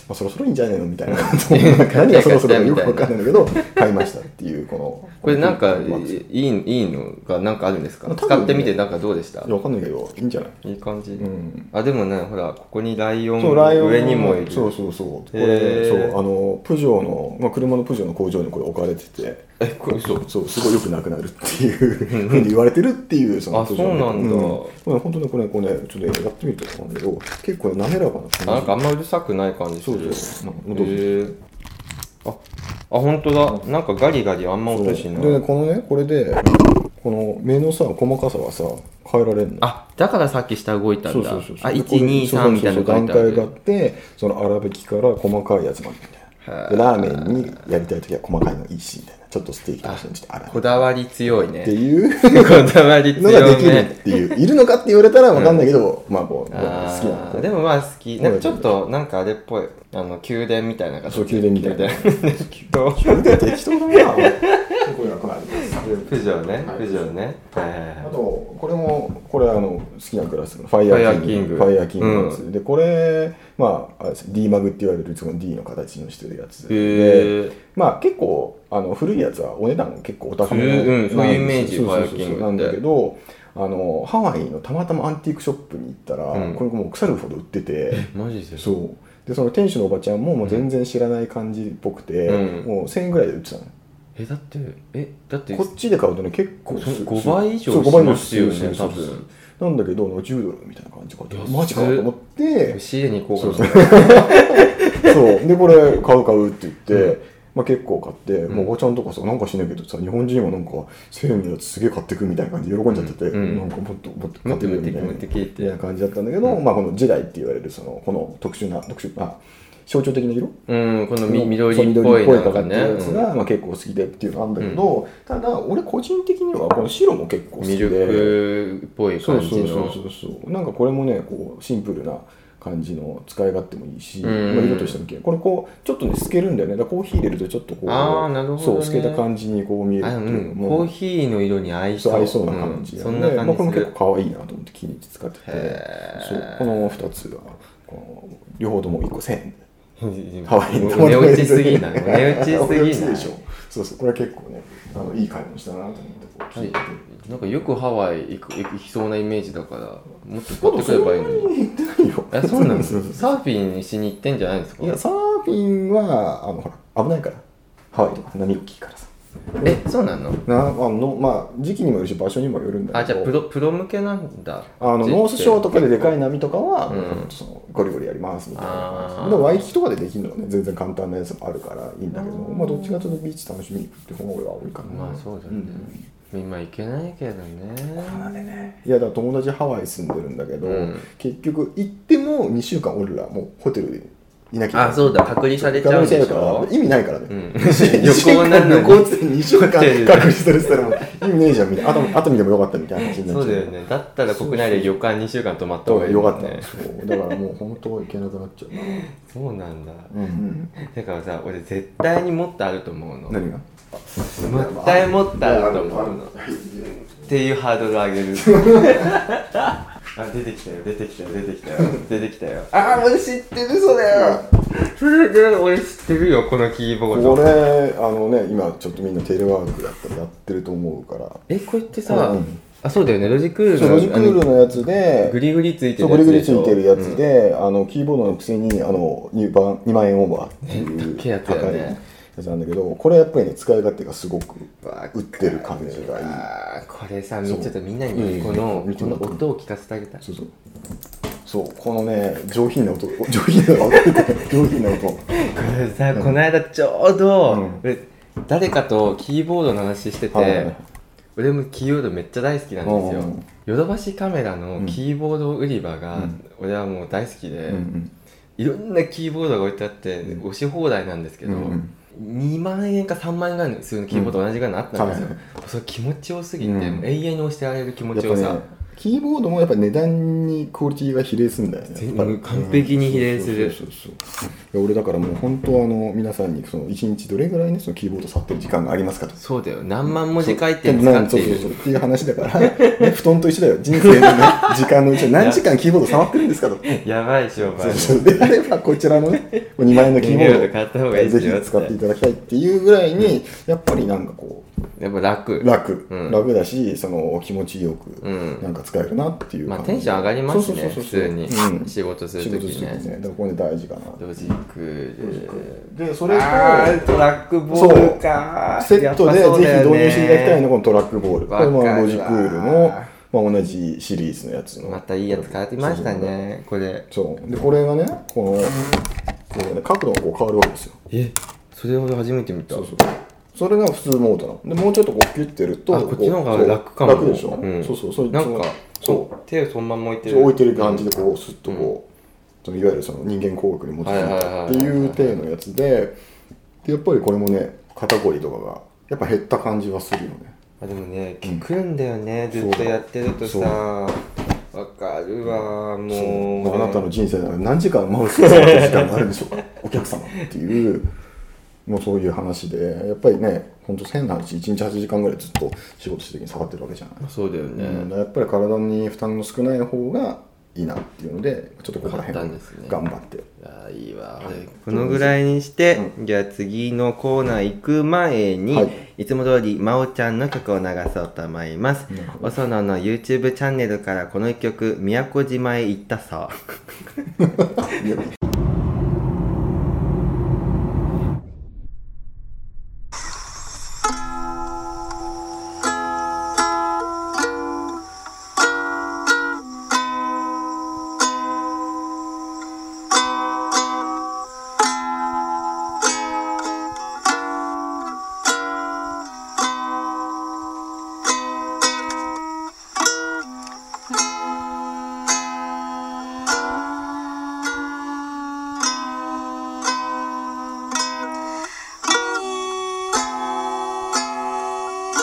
[SPEAKER 2] まあ、そろそろいいんじゃないの みたいな何がそろそろかよく分かんないんだけど買いましたっていうこの
[SPEAKER 1] これなんか
[SPEAKER 2] この
[SPEAKER 1] いいいいのがなんかあるんですか、
[SPEAKER 2] まあ多分ね
[SPEAKER 1] 使ってみてなんかどうでした
[SPEAKER 2] いや、わかんないけど、いいんじゃない。
[SPEAKER 1] いい感じ、
[SPEAKER 2] うん。
[SPEAKER 1] あでもねほらここにライオン
[SPEAKER 2] そう、ライオン
[SPEAKER 1] 上にもいる
[SPEAKER 2] そうそうそう。こ
[SPEAKER 1] へ
[SPEAKER 2] れ、そ
[SPEAKER 1] ー
[SPEAKER 2] う、あの、プジョーの、まあ、車のプジョーの工場にこれ置かれてて。
[SPEAKER 1] えこれ嘘
[SPEAKER 2] そう、すごい良くなくなるっていうふうに言われてるっていう、その
[SPEAKER 1] あ
[SPEAKER 2] プジョーの。
[SPEAKER 1] そうなんだ
[SPEAKER 2] うんまあ本当にこれ、これ、ちょっとやってみると思うんだけど、結構滑らかな
[SPEAKER 1] あな
[SPEAKER 2] 感
[SPEAKER 1] んかあんまうるさくない感じす
[SPEAKER 2] そう
[SPEAKER 1] る
[SPEAKER 2] です。なんか
[SPEAKER 1] へ
[SPEAKER 2] どうぞ
[SPEAKER 1] ーああ本当だなんかガリガリあんま
[SPEAKER 2] そう
[SPEAKER 1] 音しない
[SPEAKER 2] でね、このね、これで、この目のさ、細かさはさ、変えられるの。
[SPEAKER 1] あだからさっき下動いたんだ
[SPEAKER 2] そうそうそうそう
[SPEAKER 1] あ
[SPEAKER 2] でこういう
[SPEAKER 1] 123みたいなの書いてあ
[SPEAKER 2] そうそうそう
[SPEAKER 1] る
[SPEAKER 2] 段階があってその粗挽きから細かいやつまでみたいなでラーメンにやりたい時は細かいのいいしみたいなちょっとステーキとかしにしてあらっ
[SPEAKER 1] こだわり強いね
[SPEAKER 2] ていう
[SPEAKER 1] こだわり
[SPEAKER 2] のが
[SPEAKER 1] 強
[SPEAKER 2] で
[SPEAKER 1] い
[SPEAKER 2] きるっ
[SPEAKER 1] ね
[SPEAKER 2] ていう、いるのかって言われたら分かんないけど、まあもう僕は
[SPEAKER 1] あ
[SPEAKER 2] 好きな
[SPEAKER 1] ー
[SPEAKER 2] の
[SPEAKER 1] で
[SPEAKER 2] で
[SPEAKER 1] もまあ好きなんかちょっとなんかあれっぽいあの宮殿みたいな形
[SPEAKER 2] そう宮殿みたいな
[SPEAKER 1] 宮 殿
[SPEAKER 2] で適当 だなこういうのは来ないです
[SPEAKER 1] プジョーね
[SPEAKER 2] はい
[SPEAKER 1] プジョーねはいはいはい
[SPEAKER 2] あとこれもこれあの好きなクラスのファイアーキング
[SPEAKER 1] フ
[SPEAKER 2] フ
[SPEAKER 1] ァ
[SPEAKER 2] ァ
[SPEAKER 1] イ
[SPEAKER 2] イ
[SPEAKER 1] ア
[SPEAKER 2] ア
[SPEAKER 1] ー
[SPEAKER 2] ー
[SPEAKER 1] キ
[SPEAKER 2] キ
[SPEAKER 1] ン
[SPEAKER 2] ン
[SPEAKER 1] グ
[SPEAKER 2] グのやつ、でこれまああれです D マグって言われるその D の形のしてるやつで
[SPEAKER 1] へえ
[SPEAKER 2] まあ結構あの古いやつはお値段結構お高め
[SPEAKER 1] うんうんそういうイメージ
[SPEAKER 2] そうそう
[SPEAKER 1] ファ
[SPEAKER 2] そ
[SPEAKER 1] イア
[SPEAKER 2] う
[SPEAKER 1] キングって
[SPEAKER 2] なんだけどあのハワイのたまたまアンティークショップに行ったら、
[SPEAKER 1] うん
[SPEAKER 2] これもう腐るほど売ってて
[SPEAKER 1] マジで
[SPEAKER 2] そうでその店主のおばちゃんももう全然知らない感じっぽくて、
[SPEAKER 1] うん
[SPEAKER 2] もう1000円ぐらいで売ってたの
[SPEAKER 1] えだってえだって
[SPEAKER 2] こっちで買うとね結構
[SPEAKER 1] そ
[SPEAKER 2] す
[SPEAKER 1] 5倍以上
[SPEAKER 2] そう5倍以
[SPEAKER 1] し
[SPEAKER 2] 上
[SPEAKER 1] ますよね
[SPEAKER 2] す
[SPEAKER 1] 多
[SPEAKER 2] る
[SPEAKER 1] 分
[SPEAKER 2] そうそうそうなんだけど10ドルみたいな感じかと
[SPEAKER 1] 安っ
[SPEAKER 2] マジかと思って
[SPEAKER 1] 仕入れに行こうか
[SPEAKER 2] そ
[SPEAKER 1] な
[SPEAKER 2] うそうでこれ買う買うって言って、まあ、結構買って、
[SPEAKER 1] ん
[SPEAKER 2] もうおばちゃんとかさなんかしないけどさ日本人はなんか1000円のやつすげえ買ってくみたいな感じで喜んじゃってて、
[SPEAKER 1] うん
[SPEAKER 2] なんかもっともっと
[SPEAKER 1] 持
[SPEAKER 2] 買
[SPEAKER 1] っ
[SPEAKER 2] ってて
[SPEAKER 1] 持
[SPEAKER 2] く
[SPEAKER 1] って
[SPEAKER 2] みたいな
[SPEAKER 1] 持ってき
[SPEAKER 2] みたい
[SPEAKER 1] て
[SPEAKER 2] な感じだったんだけど、まあ、このジェダイって言われるそのこの特殊な特殊な象徴的な色
[SPEAKER 1] うんこのみ
[SPEAKER 2] そう
[SPEAKER 1] 緑っぽい
[SPEAKER 2] 緑
[SPEAKER 1] な
[SPEAKER 2] っぽ
[SPEAKER 1] ん
[SPEAKER 2] いか
[SPEAKER 1] か
[SPEAKER 2] かって
[SPEAKER 1] ね
[SPEAKER 2] いうやつ
[SPEAKER 1] うん
[SPEAKER 2] が、まあ、結構好きでっていうのあるんだけど、ただ俺個人的にはこの白も結構好き
[SPEAKER 1] ミ
[SPEAKER 2] で
[SPEAKER 1] ルクっぽい
[SPEAKER 2] そう
[SPEAKER 1] 感
[SPEAKER 2] そう
[SPEAKER 1] じ
[SPEAKER 2] そう
[SPEAKER 1] の
[SPEAKER 2] そうそうなんかこれもねこうシンプルな感じの使い勝手もいいし、
[SPEAKER 1] うん
[SPEAKER 2] まあ色としても綺麗これこうちょっとね透けるんだよねだからコーヒー入れるとちょっとこう
[SPEAKER 1] あーなるほどね
[SPEAKER 2] そう透けた感じにこう見えるっ
[SPEAKER 1] あ
[SPEAKER 2] て
[SPEAKER 1] う
[SPEAKER 2] い
[SPEAKER 1] ん
[SPEAKER 2] うの
[SPEAKER 1] コ
[SPEAKER 2] も
[SPEAKER 1] ーヒーの色に合い
[SPEAKER 2] そう
[SPEAKER 1] そう
[SPEAKER 2] 合いそうな感じ
[SPEAKER 1] うん
[SPEAKER 2] な
[SPEAKER 1] そ
[SPEAKER 2] の
[SPEAKER 1] ん
[SPEAKER 2] で、
[SPEAKER 1] な感
[SPEAKER 2] まあ、これも
[SPEAKER 1] じす
[SPEAKER 2] 結
[SPEAKER 1] る
[SPEAKER 2] 構可愛いなと思って気に入って使っててそうこの2つがこの両方とも1個1000円ハワイに
[SPEAKER 1] 値打ちすぎない 値打ちすぎない
[SPEAKER 2] 値打ちでしょそうそうこれは結構ねあのいい買い物したなと思ってこう聞いてて
[SPEAKER 1] なんかよくハワイ行く行きそうなイメージだからもっと買ってく
[SPEAKER 2] まだそ
[SPEAKER 1] れ
[SPEAKER 2] ん
[SPEAKER 1] ば
[SPEAKER 2] ない
[SPEAKER 1] いのに
[SPEAKER 2] に言ってないよ
[SPEAKER 1] えそうなんで
[SPEAKER 2] そ
[SPEAKER 1] す
[SPEAKER 2] うそう
[SPEAKER 1] サーフィンしに行ってんじゃないんですか
[SPEAKER 2] いや、サーフィンは、あの、ほら、危ないから。ハワイとか波大きいからさ。
[SPEAKER 1] えそうなの
[SPEAKER 2] な、あの、まあ、時期にもよるし、場所にもよるんだ
[SPEAKER 1] あ
[SPEAKER 2] け
[SPEAKER 1] じゃ
[SPEAKER 2] ど。
[SPEAKER 1] あプロプロ向けなんだ
[SPEAKER 2] あの、
[SPEAKER 1] じ
[SPEAKER 2] ノースショーとかででかい波とかは、
[SPEAKER 1] うん
[SPEAKER 2] もうそのゴリゴリやりますみたいな
[SPEAKER 1] あー
[SPEAKER 2] 感じで。ワイキキとかでできるのはね、全然簡単なやつもあるからいいんだけど、まあ、どっちかというとビーチ楽しみに行くって方が多いかな。
[SPEAKER 1] まあそうだね、
[SPEAKER 2] ん
[SPEAKER 1] 今行けないけどね
[SPEAKER 2] いやだから友達ハワイ住んでるんだけど、
[SPEAKER 1] うん
[SPEAKER 2] 結局行っても2週間俺らもうホテルでいなきゃいけない
[SPEAKER 1] あそうだ隔離されちゃうんでしょ
[SPEAKER 2] 隔離されちゃうから意味ないからね、
[SPEAKER 1] うん
[SPEAKER 2] 2週
[SPEAKER 1] 旅行な
[SPEAKER 2] 間
[SPEAKER 1] の に
[SPEAKER 2] 旅行っつって2週間
[SPEAKER 1] ホ
[SPEAKER 2] 隔
[SPEAKER 1] テルで
[SPEAKER 2] 離されてたらもう意味ねえじゃんみたいなあと後見でもよかったみたいな話になっちゃ
[SPEAKER 1] そうだよねだったら国内で旅館2週間泊まった
[SPEAKER 2] だ
[SPEAKER 1] 方が
[SPEAKER 2] から
[SPEAKER 1] いい
[SPEAKER 2] よ
[SPEAKER 1] もんね、
[SPEAKER 2] かったのそうだからもう本当行けなくなっちゃうな、
[SPEAKER 1] そうなんだ
[SPEAKER 2] うん、
[SPEAKER 1] だからさ俺絶対にもっとあると思うの
[SPEAKER 2] 何が
[SPEAKER 1] 絶対もっとあると思うのっていうハードルを上げる あ出てきたよ出てきたよ出てきたよ出てきた よああ俺知ってるそれそれで俺知ってるよこのキーボー
[SPEAKER 2] こ
[SPEAKER 1] ド
[SPEAKER 2] れあのね今ちょっとみんなテレワークだったらやってると思うから
[SPEAKER 1] えこれってさ、
[SPEAKER 2] うん
[SPEAKER 1] あそうだよねロジクール
[SPEAKER 2] そう
[SPEAKER 1] の
[SPEAKER 2] ロジクー
[SPEAKER 1] あ
[SPEAKER 2] ルのやつ
[SPEAKER 1] のグ
[SPEAKER 2] で
[SPEAKER 1] リグリついて
[SPEAKER 2] そう
[SPEAKER 1] る
[SPEAKER 2] グ
[SPEAKER 1] や
[SPEAKER 2] リ
[SPEAKER 1] つで
[SPEAKER 2] グリつ
[SPEAKER 1] しょ
[SPEAKER 2] いてるやつで、あのキーボードのくせにあの 2, 番2万円オーバーって
[SPEAKER 1] 高い
[SPEAKER 2] いう
[SPEAKER 1] やつだよ
[SPEAKER 2] 高い
[SPEAKER 1] ね
[SPEAKER 2] やつなんだけどこれやっぱりね使い勝手がすごく
[SPEAKER 1] わ
[SPEAKER 2] 売ってる感じがいい
[SPEAKER 1] あーこれさみち
[SPEAKER 2] そう
[SPEAKER 1] ょっとみんなに
[SPEAKER 2] うん
[SPEAKER 1] この,、
[SPEAKER 2] 見て
[SPEAKER 1] こ
[SPEAKER 2] もら
[SPEAKER 1] の
[SPEAKER 2] って
[SPEAKER 1] 音を聞かせてあげたい
[SPEAKER 2] そうそうそうこのね上品な音上品な音上品な音
[SPEAKER 1] これさ、この間ちょうど、
[SPEAKER 2] うん
[SPEAKER 1] 俺誰かとキーボードの話してて、
[SPEAKER 2] はいはい
[SPEAKER 1] 俺もキーボードめっちゃ大好きなんですよ
[SPEAKER 2] うん
[SPEAKER 1] ヨドバシカメラのキーボード売り場が、
[SPEAKER 2] うん
[SPEAKER 1] 俺はもう大好きで、
[SPEAKER 2] うんうん
[SPEAKER 1] いろんなキーボードが置いてあって、
[SPEAKER 2] うん
[SPEAKER 1] 押し放題なんですけど、
[SPEAKER 2] うんうん
[SPEAKER 1] 2万円か3万円ぐらいのするキーボード同じぐらいのあったんですよ、
[SPEAKER 2] うん
[SPEAKER 1] それ気持ちよすぎて、
[SPEAKER 2] うん
[SPEAKER 1] もう永遠に押してられる気持
[SPEAKER 2] やっ
[SPEAKER 1] ちよさ、
[SPEAKER 2] ぱねキーボードもやっぱ値段にクオリティが比例するんだよね
[SPEAKER 1] 全
[SPEAKER 2] やっぱり
[SPEAKER 1] 完璧に比例する
[SPEAKER 2] うんそうそうそうそういや俺だからもう本当あの皆さんにその一日どれぐらいねそのキーボード触ってる時間がありますかと
[SPEAKER 1] そうだよ何万文字書いて
[SPEAKER 2] る
[SPEAKER 1] るんですかって
[SPEAKER 2] そう
[SPEAKER 1] い
[SPEAKER 2] そううそうっていう話だから、ね、布団と一緒だよ人生 のね時間のうち何時間キーボード触ってるんですかと
[SPEAKER 1] やばい商売
[SPEAKER 2] そうそうであればこちらのね2万円のキーボ
[SPEAKER 1] キーボー
[SPEAKER 2] ー
[SPEAKER 1] ド
[SPEAKER 2] ド
[SPEAKER 1] 買った方がいいです
[SPEAKER 2] ぜ
[SPEAKER 1] よ
[SPEAKER 2] ひ使っていただきたいっていうぐらいにやっぱりなんかこ
[SPEAKER 1] やっぱ楽
[SPEAKER 2] う楽、
[SPEAKER 1] うん
[SPEAKER 2] 楽だしその気持ちよく
[SPEAKER 1] うん
[SPEAKER 2] なんか使えるなっていう
[SPEAKER 1] まあ
[SPEAKER 2] 感じ
[SPEAKER 1] テンション上がります
[SPEAKER 2] そう
[SPEAKER 1] ね
[SPEAKER 2] そう
[SPEAKER 1] 普
[SPEAKER 2] そうそう
[SPEAKER 1] 通に
[SPEAKER 2] うん
[SPEAKER 1] 仕事する
[SPEAKER 2] 仕
[SPEAKER 1] と
[SPEAKER 2] 事
[SPEAKER 1] き
[SPEAKER 2] するとき
[SPEAKER 1] ね
[SPEAKER 2] ねだからこれね大事かな
[SPEAKER 1] ロジク
[SPEAKER 2] でそ
[SPEAKER 1] ー
[SPEAKER 2] れと
[SPEAKER 1] ルトラックか
[SPEAKER 2] セットでぜひ導入していただきたいのが
[SPEAKER 1] の
[SPEAKER 2] このトラックボールこ
[SPEAKER 1] わか
[SPEAKER 2] れ
[SPEAKER 1] るわ
[SPEAKER 2] もロジクールの、まあ、同じシリーズのやつの
[SPEAKER 1] またいいやつ買ってましたねこれ
[SPEAKER 2] そうでこれがねこのこうね角度がこう変わるわけですよ
[SPEAKER 1] えそれを初めて見た
[SPEAKER 2] そうそうそれが普通モードなのでもうちょっとこうピュッてやると
[SPEAKER 1] あこっちの方が楽かも
[SPEAKER 2] そう楽でしょ、
[SPEAKER 1] うん
[SPEAKER 2] そうそうそう
[SPEAKER 1] なんか
[SPEAKER 2] そう
[SPEAKER 1] こう手をそのまま置いて
[SPEAKER 2] そう
[SPEAKER 1] る
[SPEAKER 2] 置いてる感じでこうスッとこう、そのいわゆるその人間工学に基づいたっていう体のやつででやっぱりこれもね肩こりとかがやっぱ減った感じはするよね
[SPEAKER 1] あでもね
[SPEAKER 2] うん
[SPEAKER 1] 聞くんだよね、ずっとやってるとさ
[SPEAKER 2] そう
[SPEAKER 1] わかるわもう、
[SPEAKER 2] そうあなたの人生なら何時間マウスを使ってる時間があるんでしょ うかお客様っていうもうそういう話でやっぱりね本当変な話1日8時間ぐらいずっと仕事してる時に下がってるわけじゃない、
[SPEAKER 1] そうだよね、
[SPEAKER 2] うんやっぱり体に負担の少ない方がいいなっていうのでちょっとここ
[SPEAKER 1] わ
[SPEAKER 2] ら
[SPEAKER 1] かっ
[SPEAKER 2] 辺
[SPEAKER 1] たんですね
[SPEAKER 2] 頑張って、
[SPEAKER 1] いやいいわ、このぐらいにして、じゃあ次のコーナー行く前に、
[SPEAKER 2] はい
[SPEAKER 1] い、つも通り真央ちゃんの曲を流そうと思いますおそのの YouTube チャンネルからこの一曲「宮古島へ行った さ」
[SPEAKER 2] いや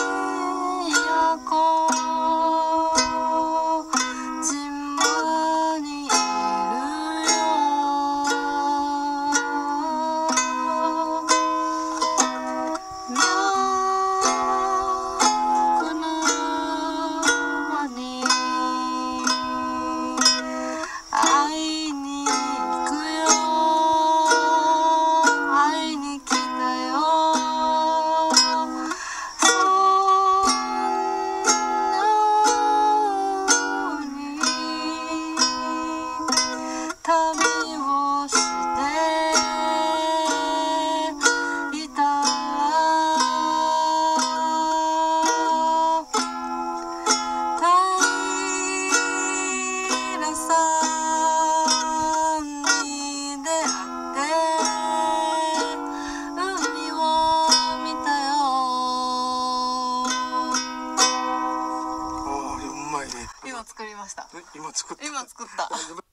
[SPEAKER 3] 宮古島にいるよ「宮古島に会いに行くよ会いに来たよ」「そんなに旅をしていたら」「平さんに出会って海を見たよ」
[SPEAKER 4] ああ、いやうまいね。
[SPEAKER 3] 今作りました
[SPEAKER 4] え今作って。
[SPEAKER 3] 今作った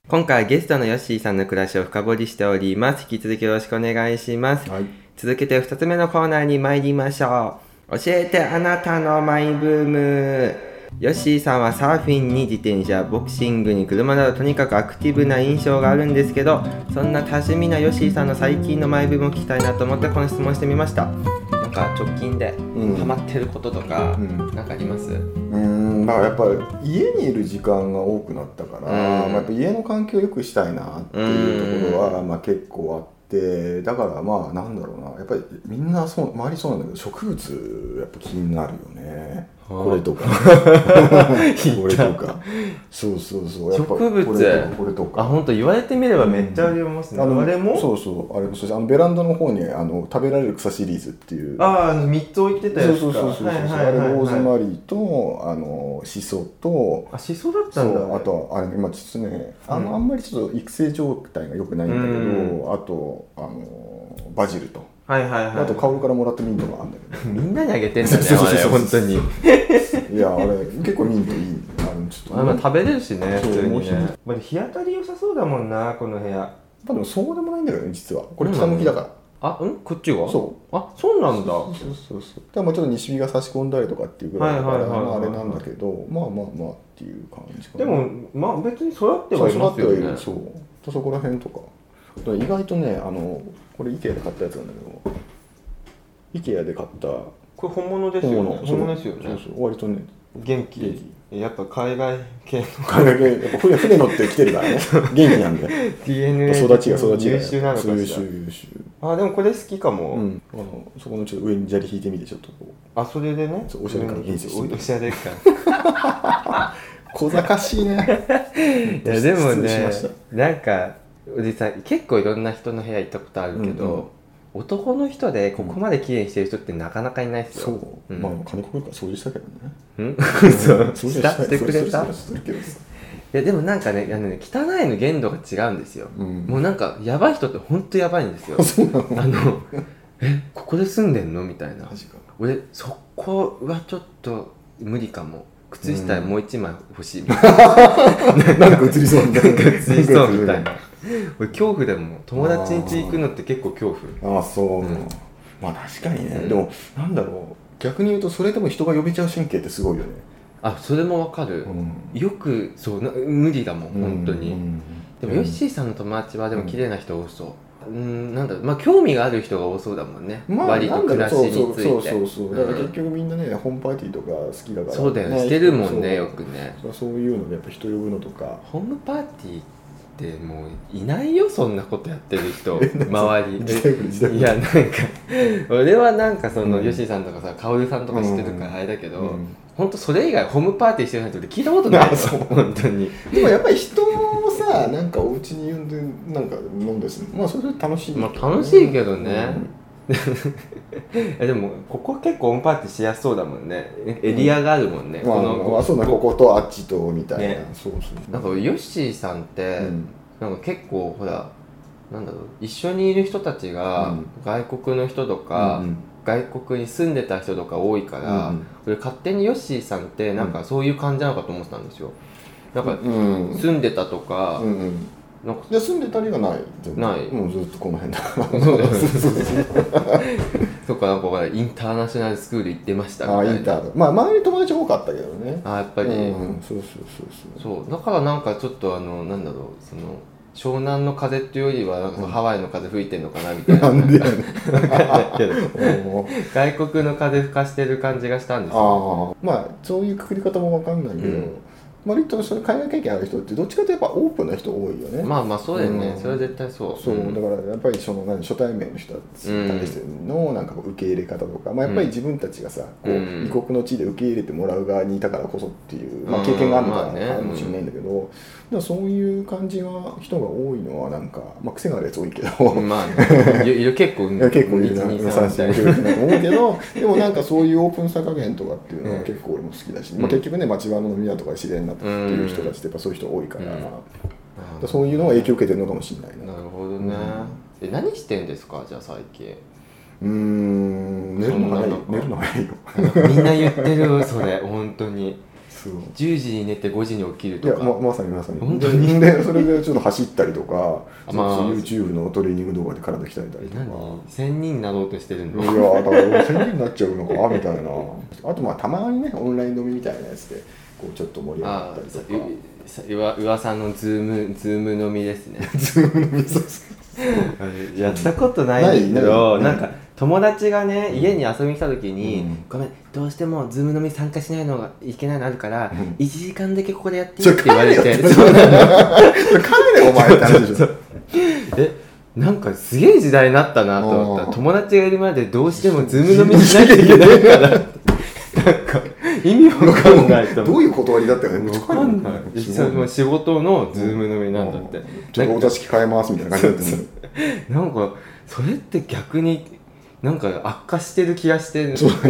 [SPEAKER 1] 今回はゲストのヨッシーさんの暮らしを深掘りしております引き続きよろしくお願いします、
[SPEAKER 2] はい
[SPEAKER 1] 続けて2つ目のコーナーに参りましょう教えてあなたのマイブームヨッシーさんはサーフィンに自転車ボクシングに車などとにかくアクティブな印象があるんですけどそんな多趣味なヨッシーさんの最近のマイブームを聞きたいなと思ってこの質問してみましたなんか直近で
[SPEAKER 2] うん
[SPEAKER 1] ハマってることとか、
[SPEAKER 2] うん
[SPEAKER 1] なんかあります
[SPEAKER 2] うーんまあやっぱり家にいる時間が多くなったから、まあ、やっぱ家の環境を良くしたいなっていうところは、まあ、結構あってだからまあなんだろうなやっぱりみんなそう周りそうなんだけど植物やっぱ気になるよね
[SPEAKER 1] はあ
[SPEAKER 2] こ れとかこれとかそうそうそうやっぱ
[SPEAKER 1] 植物
[SPEAKER 2] これとかこれとか
[SPEAKER 1] 本当言われてみればめっちゃあります
[SPEAKER 2] あのそうそうあれもそうですあのベランダの方にあの食べられる草シリーズっていう
[SPEAKER 1] ああ3つ置いてたやつか
[SPEAKER 2] そうそうそうそうそう、
[SPEAKER 1] はいはいはい
[SPEAKER 2] あれローズ
[SPEAKER 1] はい
[SPEAKER 2] マリーとあのシソと
[SPEAKER 1] あしそうだった
[SPEAKER 2] そ
[SPEAKER 1] んだ
[SPEAKER 2] うあとはあれ今ちょっとねあの、
[SPEAKER 1] うん
[SPEAKER 2] あんまりちょっと育成状態が良くないんだけど、
[SPEAKER 1] う
[SPEAKER 2] あとあのバジルと、
[SPEAKER 1] はいはいはい
[SPEAKER 2] あとカオルからもらったミントがあるんだけ
[SPEAKER 1] みんなにあげてんだね
[SPEAKER 2] そうそう
[SPEAKER 1] あれ
[SPEAKER 2] そう
[SPEAKER 1] 本当に
[SPEAKER 2] ど いやあれ結構ミントいいあれちょっ
[SPEAKER 1] まあ
[SPEAKER 2] と、
[SPEAKER 1] まあ
[SPEAKER 2] ね、やっ
[SPEAKER 1] 食べれるしね
[SPEAKER 2] そう
[SPEAKER 1] 普通に
[SPEAKER 2] 美味しい
[SPEAKER 1] ねまあ日当たり良さそうだもんなこの部屋
[SPEAKER 2] ぱでもそうでもないんだけどね実はこれ北向きだから、
[SPEAKER 1] あうんこっちが
[SPEAKER 2] そう
[SPEAKER 1] あそうなんだ
[SPEAKER 2] そうそうそうでもちょっと西日が差し込んだりとかっていうぐらいだから、
[SPEAKER 1] はいはいはいはい
[SPEAKER 2] まあ、あれなんだけどまあまあまあっていう感じか
[SPEAKER 1] で
[SPEAKER 2] な
[SPEAKER 1] もまあ別に育って
[SPEAKER 2] そ
[SPEAKER 1] は
[SPEAKER 2] う
[SPEAKER 1] いますよ
[SPEAKER 2] 育ってはいる
[SPEAKER 1] ね
[SPEAKER 2] そうそこら辺とかあと意外とねあのこれ IKEA で買ったやつなんだけど IKEA で買った
[SPEAKER 1] これ本物です
[SPEAKER 2] 本
[SPEAKER 1] よ
[SPEAKER 2] 物
[SPEAKER 1] ね本物ですよ
[SPEAKER 2] そ
[SPEAKER 1] ね
[SPEAKER 2] うそう割とね
[SPEAKER 1] 元気
[SPEAKER 2] 元
[SPEAKER 1] やっぱ海外 系の
[SPEAKER 2] 海外系やっぱ船船乗って来てるか らね元気なんで
[SPEAKER 1] DNA
[SPEAKER 2] 育ちが育ちが
[SPEAKER 1] 優秀なのか
[SPEAKER 2] そう優
[SPEAKER 1] し
[SPEAKER 2] 秀
[SPEAKER 1] ら
[SPEAKER 2] 優秀
[SPEAKER 1] あでもこれ好きかも、
[SPEAKER 2] うんあのそこのちょっと上に砂利引いてみてちょっとこう
[SPEAKER 1] あそれでね
[SPEAKER 2] そうおしゃれ感
[SPEAKER 1] うん
[SPEAKER 2] いいですね
[SPEAKER 1] おしゃれ感
[SPEAKER 2] 小賢しいね
[SPEAKER 1] いやでも
[SPEAKER 2] 失礼し
[SPEAKER 1] ね
[SPEAKER 2] まし
[SPEAKER 1] なんか俺さ結構いろんな人の部屋行ったことあるけど、男の人でここまで綺麗にしてる人ってなかなかいないっすよ、
[SPEAKER 2] そう、
[SPEAKER 1] ん
[SPEAKER 2] まあ金子くるから掃除したけどね
[SPEAKER 1] うん、 そう
[SPEAKER 2] 掃除
[SPEAKER 1] したして
[SPEAKER 2] そ
[SPEAKER 1] く
[SPEAKER 2] れそ
[SPEAKER 1] れ
[SPEAKER 2] れ
[SPEAKER 1] たい
[SPEAKER 2] それそれそれそれ
[SPEAKER 1] やでもなんかねあのね汚いの限度が違うんですよ、
[SPEAKER 2] うん
[SPEAKER 1] もうなんかやばい人ってほんとやばいんですよ
[SPEAKER 2] そうなの
[SPEAKER 1] あのえここで住んでんのみたいな
[SPEAKER 2] マジか
[SPEAKER 1] 俺そこはちょっと無理かも靴下もう一枚欲しい、
[SPEAKER 2] なんか映りそうみたいな。
[SPEAKER 1] 水槽みたいな俺恐怖でも友達ん家行くのって結構恐怖
[SPEAKER 2] ああ、そう。
[SPEAKER 1] うん
[SPEAKER 2] まあ確かにね、
[SPEAKER 1] うん
[SPEAKER 2] でも、なんだろう。逆に言うとそれでも人が呼べちゃう神経ってすごいよね、
[SPEAKER 1] あそれもわかる
[SPEAKER 2] う、ん、
[SPEAKER 1] よくそうな無理だもん本当に、
[SPEAKER 2] うん
[SPEAKER 1] でもヨッシーさんの友達はでも綺麗な人多そううんんなんだろうまあ興味がある人が多そうだもんね、
[SPEAKER 2] まあ、
[SPEAKER 1] 割と暮らしについて
[SPEAKER 2] そうそうそうそうだから
[SPEAKER 1] うん
[SPEAKER 2] 結局みんなね、ホームパーティーとか好きだから
[SPEAKER 1] そうだよねしてるもんね
[SPEAKER 2] そう
[SPEAKER 1] よくね
[SPEAKER 2] そうそういうのでやっぱ人呼ぶのとか
[SPEAKER 1] ホームパーティーってもういないよそんなことやってる 人周り
[SPEAKER 2] 自宅自宅
[SPEAKER 1] いやなんか 俺はなんかその、
[SPEAKER 2] うん
[SPEAKER 1] ヨッシーさんとかさカオルさんとか知ってるからあれだけど、
[SPEAKER 2] うん
[SPEAKER 1] 本当それ以外ホームパーティーしてる人って聞いたことないよ
[SPEAKER 2] あそう
[SPEAKER 1] 本当に
[SPEAKER 2] でもやっぱり人をさなんかお家に呼んでなんか飲んでするまあそれは楽しいけど
[SPEAKER 1] ま
[SPEAKER 2] ね、
[SPEAKER 1] あ楽しいけどね、えでもここ結構オンパーティーしやすそうだもんねえエリアがあるもんね、
[SPEAKER 2] うんまあ、まあそうだこことあっちとみたいな、
[SPEAKER 1] ね
[SPEAKER 2] そうそう
[SPEAKER 1] なんかヨッシーさんって、
[SPEAKER 2] うん
[SPEAKER 1] なんか結構ほらなんだろう一緒にいる人たちが
[SPEAKER 2] うん
[SPEAKER 1] 外国の人とか、
[SPEAKER 2] うん
[SPEAKER 1] 外国に住んでた人とか多いから、
[SPEAKER 2] うん
[SPEAKER 1] 俺勝手にヨッシーさんってなんかそういう感じなのかと思ってたんですよなんか
[SPEAKER 2] うん
[SPEAKER 1] 住んでたとか、
[SPEAKER 2] うんうん
[SPEAKER 1] なんか
[SPEAKER 2] いや住んでたりはない全然
[SPEAKER 1] ない
[SPEAKER 2] もうずっとこの辺だから
[SPEAKER 1] そうだよねとかなんかほらインターナショナルスクール行ってましたみ
[SPEAKER 2] あ
[SPEAKER 1] た
[SPEAKER 2] あ
[SPEAKER 1] いな
[SPEAKER 2] インターだまあ周り友達多かったけどね
[SPEAKER 1] あやっぱり、
[SPEAKER 2] うん、そうそうそうそう
[SPEAKER 1] そうだからなんかちょっとあのなんだろうその湘南の風っていうよりはなんかそのハワイの風吹いてんのかなみ たいな,、
[SPEAKER 2] なんでやねん
[SPEAKER 1] けど
[SPEAKER 2] うん
[SPEAKER 1] 外国の風吹かしてる感じがしたんですよ
[SPEAKER 2] ああまあそういうくくり方もわかんないけど、
[SPEAKER 1] うん
[SPEAKER 2] 割とその海外経験ある人ってどっちかというとやっぱオープンな人多いよね、
[SPEAKER 1] まあまあそうだよね、
[SPEAKER 2] うん
[SPEAKER 1] それは絶対そう
[SPEAKER 2] そう
[SPEAKER 1] うん
[SPEAKER 2] だからやっぱりその何初対面の人たちに対してのなんかこう受け入れ方とか、まあ、やっぱり自分たちがさ、
[SPEAKER 1] うん
[SPEAKER 2] こう異国の地で受け入れてもらう側にいたからこそっていう、ま
[SPEAKER 1] う
[SPEAKER 2] あ、
[SPEAKER 1] ん
[SPEAKER 2] 経験があるのか
[SPEAKER 1] まあね
[SPEAKER 2] かもしれないんだけど、だからそういう感じは人が多いのはなんか、まあ、癖があるやつ多いけど、
[SPEAKER 1] まあ、ね、いいる結構
[SPEAKER 2] いや 結構いるな
[SPEAKER 1] 1 2 3
[SPEAKER 2] 3
[SPEAKER 1] みたいな
[SPEAKER 2] 4 5と思うけ どでもなんかそういうオープンさ加減とかっていうの
[SPEAKER 1] うん
[SPEAKER 2] は結構俺も好きだし、
[SPEAKER 1] ん
[SPEAKER 2] まあ、結局ね町場の飲み屋とかで知り合いになったっていう人たちってやっぱそういう人多いから,、
[SPEAKER 1] うん
[SPEAKER 2] そういうのが影響受けてるのかもしれないな
[SPEAKER 1] なるほどね、え何してんですかじゃあ最近
[SPEAKER 2] うーん寝るの早いよ
[SPEAKER 1] そんな中
[SPEAKER 2] 寝るの早い
[SPEAKER 1] み
[SPEAKER 2] よ
[SPEAKER 1] んな言ってるそれ本当に
[SPEAKER 2] そう
[SPEAKER 1] 10時に寝て5時に起きる
[SPEAKER 2] い
[SPEAKER 1] と
[SPEAKER 2] や
[SPEAKER 1] か
[SPEAKER 2] ままさにまさに
[SPEAKER 1] 本当に
[SPEAKER 2] ででそれでちょっと走ったりとか、
[SPEAKER 1] あまあ
[SPEAKER 2] その YouTube のトレーニング動画で体鍛えた
[SPEAKER 1] え
[SPEAKER 2] りとか
[SPEAKER 1] 何1000人になろうとしてる
[SPEAKER 2] い
[SPEAKER 1] の
[SPEAKER 2] やだから宣言になっちゃうのかみたいなあとまあたまにねオンライン飲みみたいなやつでこうちょっと盛り上が
[SPEAKER 1] あ
[SPEAKER 2] ったりとか
[SPEAKER 1] あさうわ噂のズームズーム飲みですね
[SPEAKER 2] ズームの水
[SPEAKER 1] やったことないんだけど
[SPEAKER 2] な
[SPEAKER 1] ないん
[SPEAKER 2] ない
[SPEAKER 1] か友達がね家に遊びに来た時に、
[SPEAKER 2] うん
[SPEAKER 1] ごめんどうしてもズーム飲み参加しないのがいけないのあるから、
[SPEAKER 2] うん
[SPEAKER 1] 1時間だけここでやっていい
[SPEAKER 2] ち
[SPEAKER 1] っ
[SPEAKER 2] ょ
[SPEAKER 1] て言われて
[SPEAKER 2] 帰れよ
[SPEAKER 1] そう
[SPEAKER 2] 帰れお前って話で しょ
[SPEAKER 1] えなんかすげえ時代になったなと思っ
[SPEAKER 2] あ
[SPEAKER 1] た
[SPEAKER 2] ー
[SPEAKER 1] 友達がいるまでどうしてもズーム飲みしなきゃいけないからなんか意味わかんないと思って
[SPEAKER 2] どういう断りだったよね
[SPEAKER 1] わかんない
[SPEAKER 2] ちょっと帰れよ
[SPEAKER 1] 仕事のズーム飲みなんだって、
[SPEAKER 2] ちょっとお座敷変えますみたいな感じだった
[SPEAKER 1] そ
[SPEAKER 2] よね
[SPEAKER 1] なんかそれって逆になんか悪化してる気がしてる
[SPEAKER 2] そう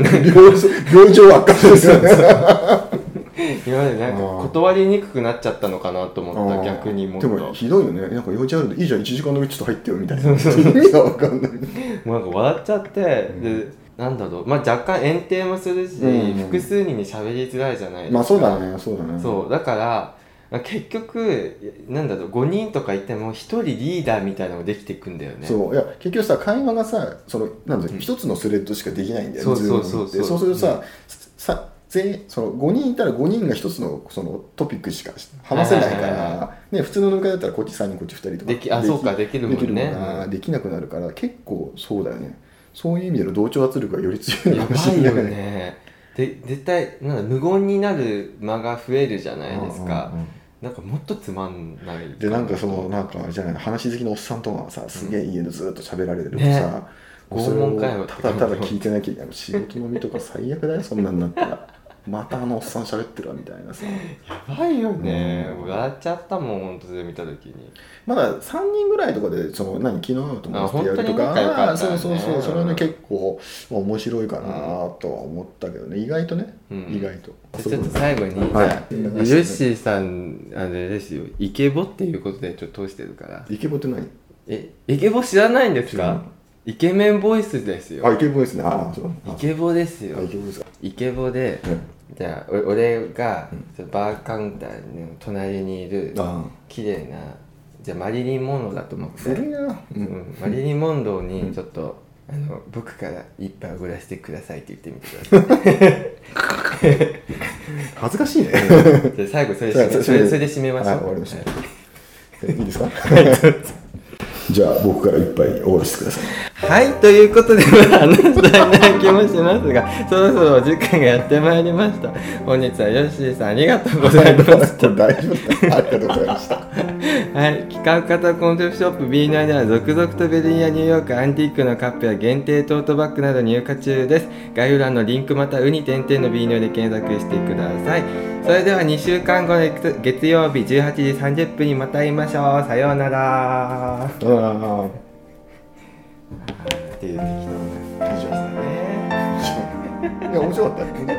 [SPEAKER 2] 病状悪化してるよね
[SPEAKER 1] 今までなんか
[SPEAKER 2] あー
[SPEAKER 1] 断りにくくなっちゃったのかなと思った
[SPEAKER 2] あー
[SPEAKER 1] 逆にもっ
[SPEAKER 2] で
[SPEAKER 1] と
[SPEAKER 2] もひどいよねなんか用事あるんでいいじゃん1時間だけちょっと入ってよみたいな意味が分かんない
[SPEAKER 1] もうなんか笑っちゃって、でなんだろうまあ若干延停もするし、
[SPEAKER 2] うんうん
[SPEAKER 1] 複数人に喋りづらいじゃないですか
[SPEAKER 2] まあそうだねそうだね
[SPEAKER 1] そうだから結局なんだろう5人とかいても1人リーダーみたいなのができていくんだよね
[SPEAKER 2] そういや結局さ会話がさそのなんだろう一つのスレッドしかできないんだよね
[SPEAKER 1] そう
[SPEAKER 2] Zoom
[SPEAKER 1] そうそう
[SPEAKER 2] って
[SPEAKER 1] そ
[SPEAKER 2] そううするとさ,、さ全員その5人いたら5人が一つのそのトピックしか話せないか
[SPEAKER 1] はいはいは
[SPEAKER 2] ら、ね、普通の飲み会だったらこっち3人こっち2人とか
[SPEAKER 1] できあそうかできるもんね
[SPEAKER 2] できから
[SPEAKER 1] うん
[SPEAKER 2] できなくなるから結構そうだよねそういう意味での同調圧力がより強い
[SPEAKER 1] や
[SPEAKER 2] のかも
[SPEAKER 1] ば
[SPEAKER 2] し
[SPEAKER 1] い
[SPEAKER 2] れ
[SPEAKER 1] よ
[SPEAKER 2] ない
[SPEAKER 1] ねで絶対なんだ無言になる間が増えるじゃないですか、
[SPEAKER 2] うんうんうん
[SPEAKER 1] なんかもっとつまんない
[SPEAKER 2] でなんかそ
[SPEAKER 1] と
[SPEAKER 2] のなんかあれじゃない話好きのおっさんとかがさすげえ家でずっと喋られてると
[SPEAKER 1] ね
[SPEAKER 2] さ、こう
[SPEAKER 1] 拷問かよって
[SPEAKER 2] ただただ聞いてなきゃいけない仕事のみとか最悪だよそんなんなったら またあのおっさん喋ってるわみたいなさ
[SPEAKER 1] やばいよね、
[SPEAKER 2] うん
[SPEAKER 1] 笑っちゃったもん本当で見た時に
[SPEAKER 2] まだ3人ぐらいとかでその何昨日会うと思ってやると
[SPEAKER 1] あ本当に
[SPEAKER 2] か
[SPEAKER 1] 仲良かった
[SPEAKER 2] そ
[SPEAKER 1] ね
[SPEAKER 2] うそうそうそれは
[SPEAKER 1] うん
[SPEAKER 2] ね結構まあ面白いかなとは思ったけどね意外とね、
[SPEAKER 1] うん
[SPEAKER 2] 意外と
[SPEAKER 1] でちょっと最後に、
[SPEAKER 2] はい
[SPEAKER 1] ヨッシーさんあれですよイケボっていうことでちょっと通してるから
[SPEAKER 2] イケボって何
[SPEAKER 1] えイケボ知らないんです
[SPEAKER 2] 知らない
[SPEAKER 1] かイケメンボイスですよ
[SPEAKER 2] あイケボですねあそう
[SPEAKER 1] イケボです
[SPEAKER 2] あ
[SPEAKER 1] よ
[SPEAKER 2] イケボですか、
[SPEAKER 1] イケボで
[SPEAKER 2] うん
[SPEAKER 1] じゃあお俺がバーカウンターの隣にいる
[SPEAKER 2] あ
[SPEAKER 1] 綺麗なじゃあマリリン・モンローだと思っ
[SPEAKER 2] 古い
[SPEAKER 1] て、
[SPEAKER 2] な、う
[SPEAKER 1] うんん、マリリン・モンローにちょっとあの僕から一杯おごらせてくださいって言ってみてください
[SPEAKER 2] 恥ずかしいね。
[SPEAKER 1] じゃあ最後それで締めそれそれで締めましょう
[SPEAKER 2] はい終わりました
[SPEAKER 1] はい
[SPEAKER 2] えいいですかじゃあ僕から一杯おごらせてください。
[SPEAKER 1] はい、ということで、まあ、話したいな気もします が、そろそろお時間がやってまいりました。本日はヨッシーさんありがとうございました。
[SPEAKER 2] 大丈夫だ。ありがとうございました。
[SPEAKER 1] はい、企画型コンセプトショップ B の間では続々とベルリンやニューヨークアンティークのカップや限定トートバッグなど入荷中です概要欄のリンクまたはウニ点々の B の間で検索してくださいそれでは2週間後の月曜日18時30分にまた会いましょうさようなら
[SPEAKER 2] さようなら
[SPEAKER 1] っていう適当な
[SPEAKER 2] 以上
[SPEAKER 1] ね
[SPEAKER 2] いや面白かったよ。